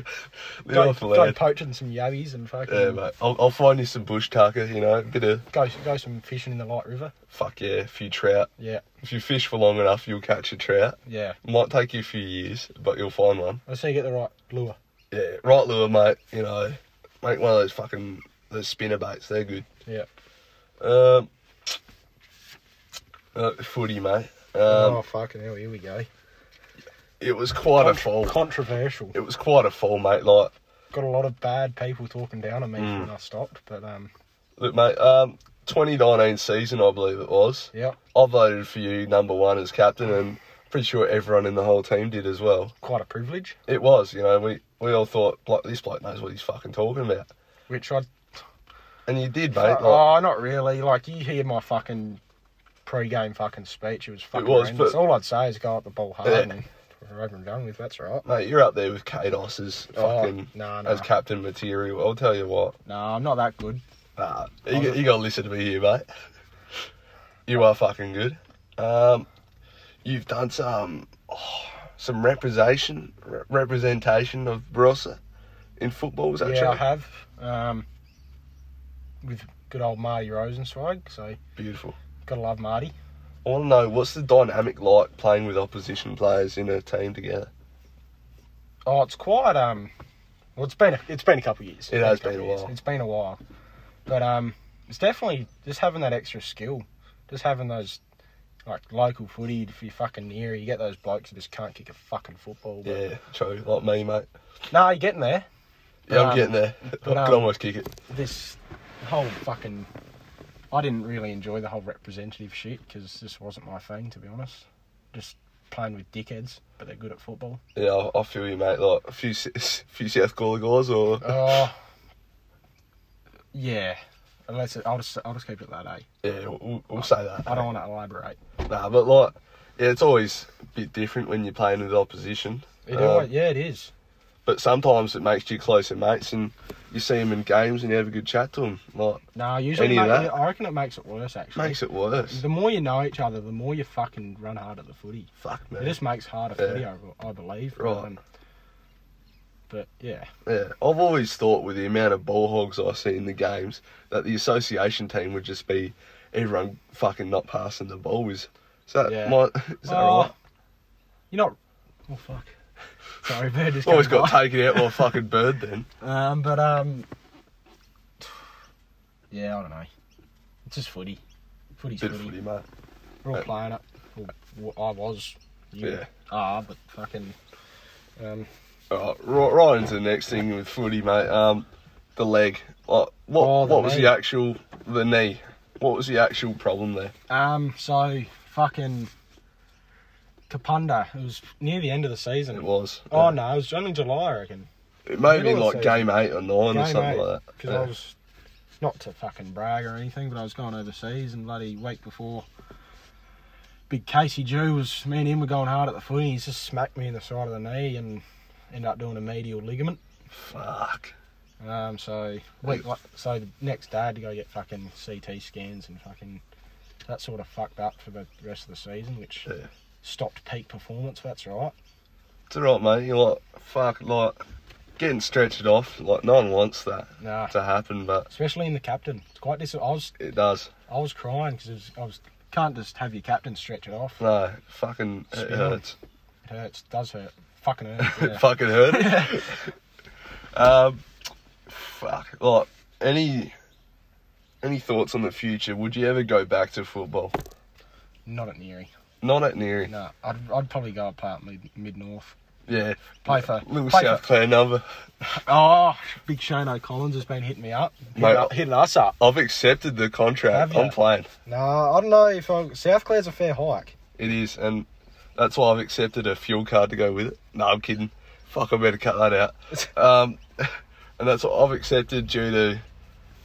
Live go, off the go land. poaching some yabbies and fucking Yeah, mate. I'll, I'll find you some bush tucker, you know, a bit of go go some fishing in the light river. fuck yeah, a few trout. Yeah, If you fish for long enough, you'll catch a trout. yeah. Might take you a few years, but you'll find one. I just need to get the right lure. Yeah, right lure, mate. You know, make one of those fucking those spinner baits. They're good. Yeah. Um, uh, footy, mate. Um, oh fucking hell! Here we go. It was quite a Contr- fall. Controversial. it was quite a fall, mate. Like, Got a lot of bad people talking down on me Hmm. when I stopped, but um, look, mate. Um, 2019 season, I believe it was. yeah, I voted for you number one as captain, and pretty sure everyone in the whole team did as well. quite a privilege. It was, you know, we we all thought, bloke, this bloke knows what he's fucking talking about, Which I, and you did, mate. like- oh, not really. Like you hear my fucking pre-game fucking speech. It was fucking. was, horrendous. but- All I'd say is go at the ball hard Yeah. and we're over and done with. That's all right. Mate, you're up there with Kados as Oh, fucking nah, nah. as captain material. I'll tell you what. No, I'm not that good. Nah, you, got- you gotta listen to me here, mate. You are fucking good. Um, you've done some oh, some representation re- representation of Barossa in football. Is that Yeah, true? I have. Um, with good old Marty Rosenzweig, so Beautiful. gotta love Marty. I want to know what's the dynamic like playing with opposition players in a team together. Oh, it's quite um, well, it's been a, it's been a couple of years. It has couple been a of years. while. It's been a while, but um, it's definitely just having that extra skill, just having those like local footy. If you're fucking near, you get those blokes that just can't kick a fucking football. But, Yeah, true. Like me, mate. No, you're getting there. Yeah, I'm um, getting there. but, I um, could almost kick it. This whole fucking, I didn't really enjoy the whole representative shit because this wasn't my thing to be honest. Just playing with dickheads, but they're good at football. Yeah, I, I feel you, mate. Like a few, s- s- few South Gawler guys or Oh, yeah. Unless it, I'll just I'll just keep it that, eh? Yeah, we'll, we'll say that. I don't want to elaborate. Nah, but like, yeah, it's always a bit different when you're playing with opposition. It Um, alwa- yeah, it is. But sometimes it makes you closer mates, and you see them in games and you have a good chat to them. Like, No, usually any of ma- that? I reckon it makes it worse. Actually, makes it worse. the more you know each other, the more you fucking run hard at the footy. Fuck It man. just makes harder Yeah. footy, I, I believe. Right. but yeah, Yeah, I've always thought with the amount of ball hogs I see in the games that the association team would just be everyone fucking not passing the ball. Is, is that Yeah. my, is that Oh, right? You're not. Oh fuck. Sorry, bird just Always came got by. taken out by a fucking bird then. Um, but um, yeah, I don't know. It's just footy. Footy's Bit of footy. footy, mate. We're all playing it. Well, I was. You Yeah. are, but fucking. Um, Right, Uh, right, right into the next thing with footy, mate. Um, the leg. Like, what? Oh, the what was leg. the actual the knee? What was the actual problem there? Um, so fucking Kapunda. It was near the end of the season. It was. Oh no, it was only July, I reckon. It may have been middle of like the game eight or nine or something like that. because I was not to fucking brag or anything, but I was going overseas and bloody week before. Big Casey Jew was me and him were going hard at the footy. He's just smacked me in the side of the knee and ended up doing a medial ligament. Fuck. Um, so week, like, so the next day I had to go get fucking CT scans and fucking that sort of fucked up for the rest of the season, which Yeah. stopped peak performance. That's right. It's alright, mate. You're like fuck, like getting stretched off. Like no one wants that Nah, to happen, but especially in the captain. It's quite dis. I was it does. I was crying because I was can't just have your captain stretch it off. No, fucking it Spin on. hurts. It hurts. does hurt. Fucking hurt. Yeah. fucking hurt. um, fuck. Like any any thoughts on the future? Would you ever go back to football? Not at Neary. Not at Neary. No, I'd, I'd probably go up out mid mid north. Yeah. Play for Little play South For, Clare number. oh, big Shane O'Collins has been hitting me up. Hitting, Mate, up- hitting us up. I've accepted the contract. Have ya? I'm playing. No, I don't know if I'm, South Clare's a fair hike. It is, and that's why I've accepted a fuel card to go with it. No, I'm kidding. Fuck, I better cut that out. Um, and that's what I've accepted due to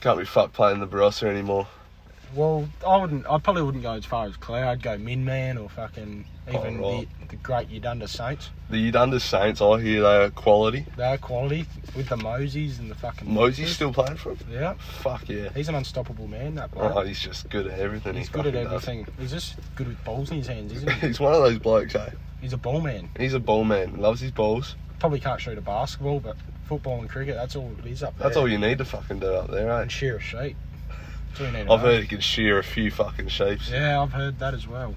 can't be fuck playing the Barossa anymore. Well, I wouldn't. I probably wouldn't go as far as Clare. I'd go Min Man or fucking even Oh, right. the, the great Udunda Saints. The Udunda Saints, I hear they are quality. They're quality with the Moseys and the fucking. Mosey's still playing for him. Yeah, Fuck yeah. he's an unstoppable man. That bloke. Oh, he's just good at everything. he's he good at fucking does. everything. He's just good with balls in his hands, isn't he? he's one of those blokes, eh? he's a ball man. He's a ball man. Loves his balls. Probably can't shoot a basketball, but football and cricket, that's all it is up there. That's all you need to fucking do up there, eh? And shear a sheep. That's all you need to I've know. heard he can shear a few fucking sheeps. Yeah, I've heard that as well.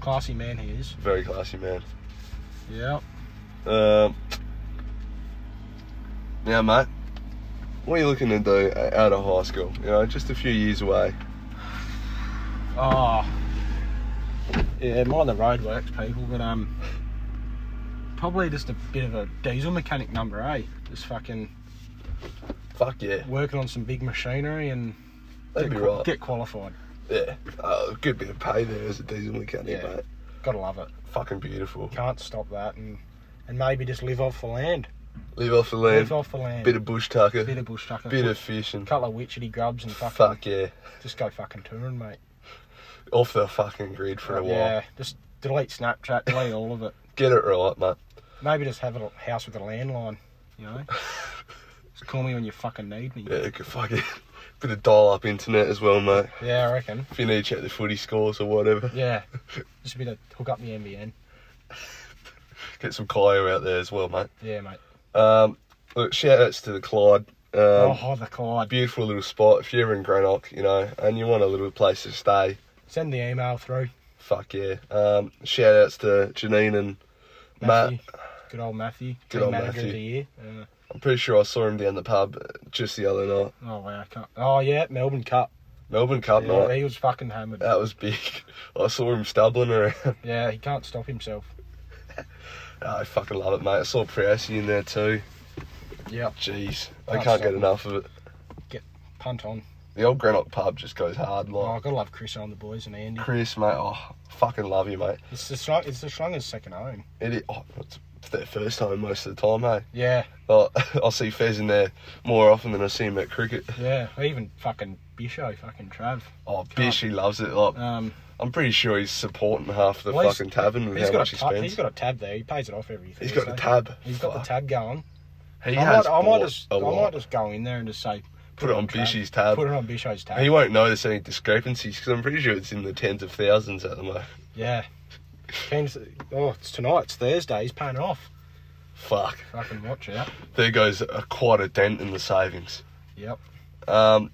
Classy man he is. Very classy man. Yeah. Um, now, mate, what are you looking to do o- out of high school? You know, just a few years away. Oh. Yeah, more on the road works, people, but um, probably just a bit of a diesel mechanic number, eh? Just fucking Fuck yeah, working on some big machinery and that'd get, be qua- right. get qualified. Yeah, oh, good bit of pay there as a diesel mechanic, Yeah. mate. Gotta love it. Fucking beautiful. Can't stop that, and and maybe just live off the land. Live off the land, Live off the land. bit of bush tucker, bit of bush tucker, bit of fish, and couple of witchetty grubs and fucking fuck yeah, just go fucking touring, mate. off the fucking grid for a while. Yeah, just delete Snapchat, delete all of it. Get it right, mate. Maybe just have a house with a landline, you know? just call me when you fucking need me. Yeah, good fucking bit of dial-up internet as well, mate. Yeah, I reckon. If you need to check the footy scores or whatever, Yeah. Just a bit of hook up the NBN. get some Kyo out there as well, mate. Yeah, mate. Um, look, shout outs to the Clyde. Um, oh, the Clyde. Beautiful little spot. If you're in Greenock, you know, and you want a little place to stay, Send the email through. fuck yeah. Um, shout outs to Janine and Matt. Matthew. Good old Matthew. Good Team old manager Matthew. of the year. Uh, I'm pretty sure I saw him down the pub just the other night. oh, wow. I can't. Oh, yeah, Melbourne Cup. Melbourne Cup Yeah, night. he was fucking hammered. That was big. I saw him stumbling around. Yeah, he can't stop himself. Oh, I fucking love it, mate. I saw Priasi in there too. Yeah. Jeez, I Can't can't stop get him. enough of it. Punt on. The old Greenock pub just goes hard, Oh, I like. gotta love Chris on the boys and Andy. Chris, mate, oh, fucking love you, mate. It's the strong, it's the strongest second home. It is, oh, it's their first home most of the time, eh? Yeah, Well, I see Fez in there more often than I see him at cricket. yeah. Even fucking Bisho, fucking Trav. Oh, bitch, he loves it. Like, Um, I'm pretty sure he's supporting half the Well, he's- fucking tavern with he's how got much a he tab, spends. he's got a tab there. He pays it off every. He's got the Thursday. tab. He's got the Fuck. tab going. He I has might, I might bought just, a I lot. might just go in there and just say, Put it on Trav. Bishy's tab. Put it on Bisho's tab. He won't notice any discrepancies because I'm pretty sure it's in the tens of thousands at the moment. yeah. Ken's, oh, it's tonight. It's Thursday. He's paying it off. Fuck. Fucking watch out. There goes a, quite a dent in the savings. Yep. Um,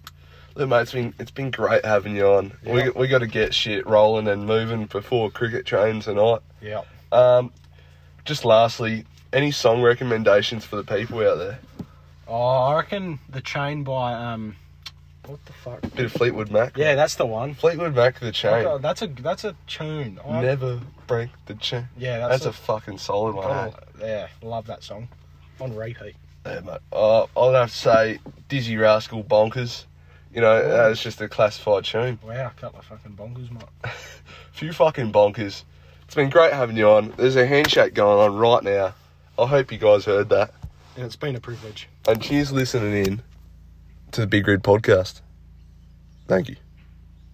look, mate, it's been, it's been great having you on. Yeah. We, we got to get shit rolling and moving before cricket trains tonight. Yep. Um, just lastly, any song recommendations for the people out there? Oh, I reckon the chain by um, what the fuck? Bit of Fleetwood Mac. Yeah, that's the one. Fleetwood Mac, the chain. Oh, that's a that's a tune. I- Never break the chain. Yeah, That's, a, fucking solid one. eh? Oh, yeah, love that song. On repeat. Yeah, mate. Uh, I'd have to say Dizzy Rascal Bonkers. You know, uh, it's just a classified tune. Wow, couple of fucking bongers, mate. Few fucking bonkers. It's been great having you on. There's a handshake going on right now. I hope you guys heard that. And it's been a privilege. And cheers listening in to the Big Red Podcast. Thank you.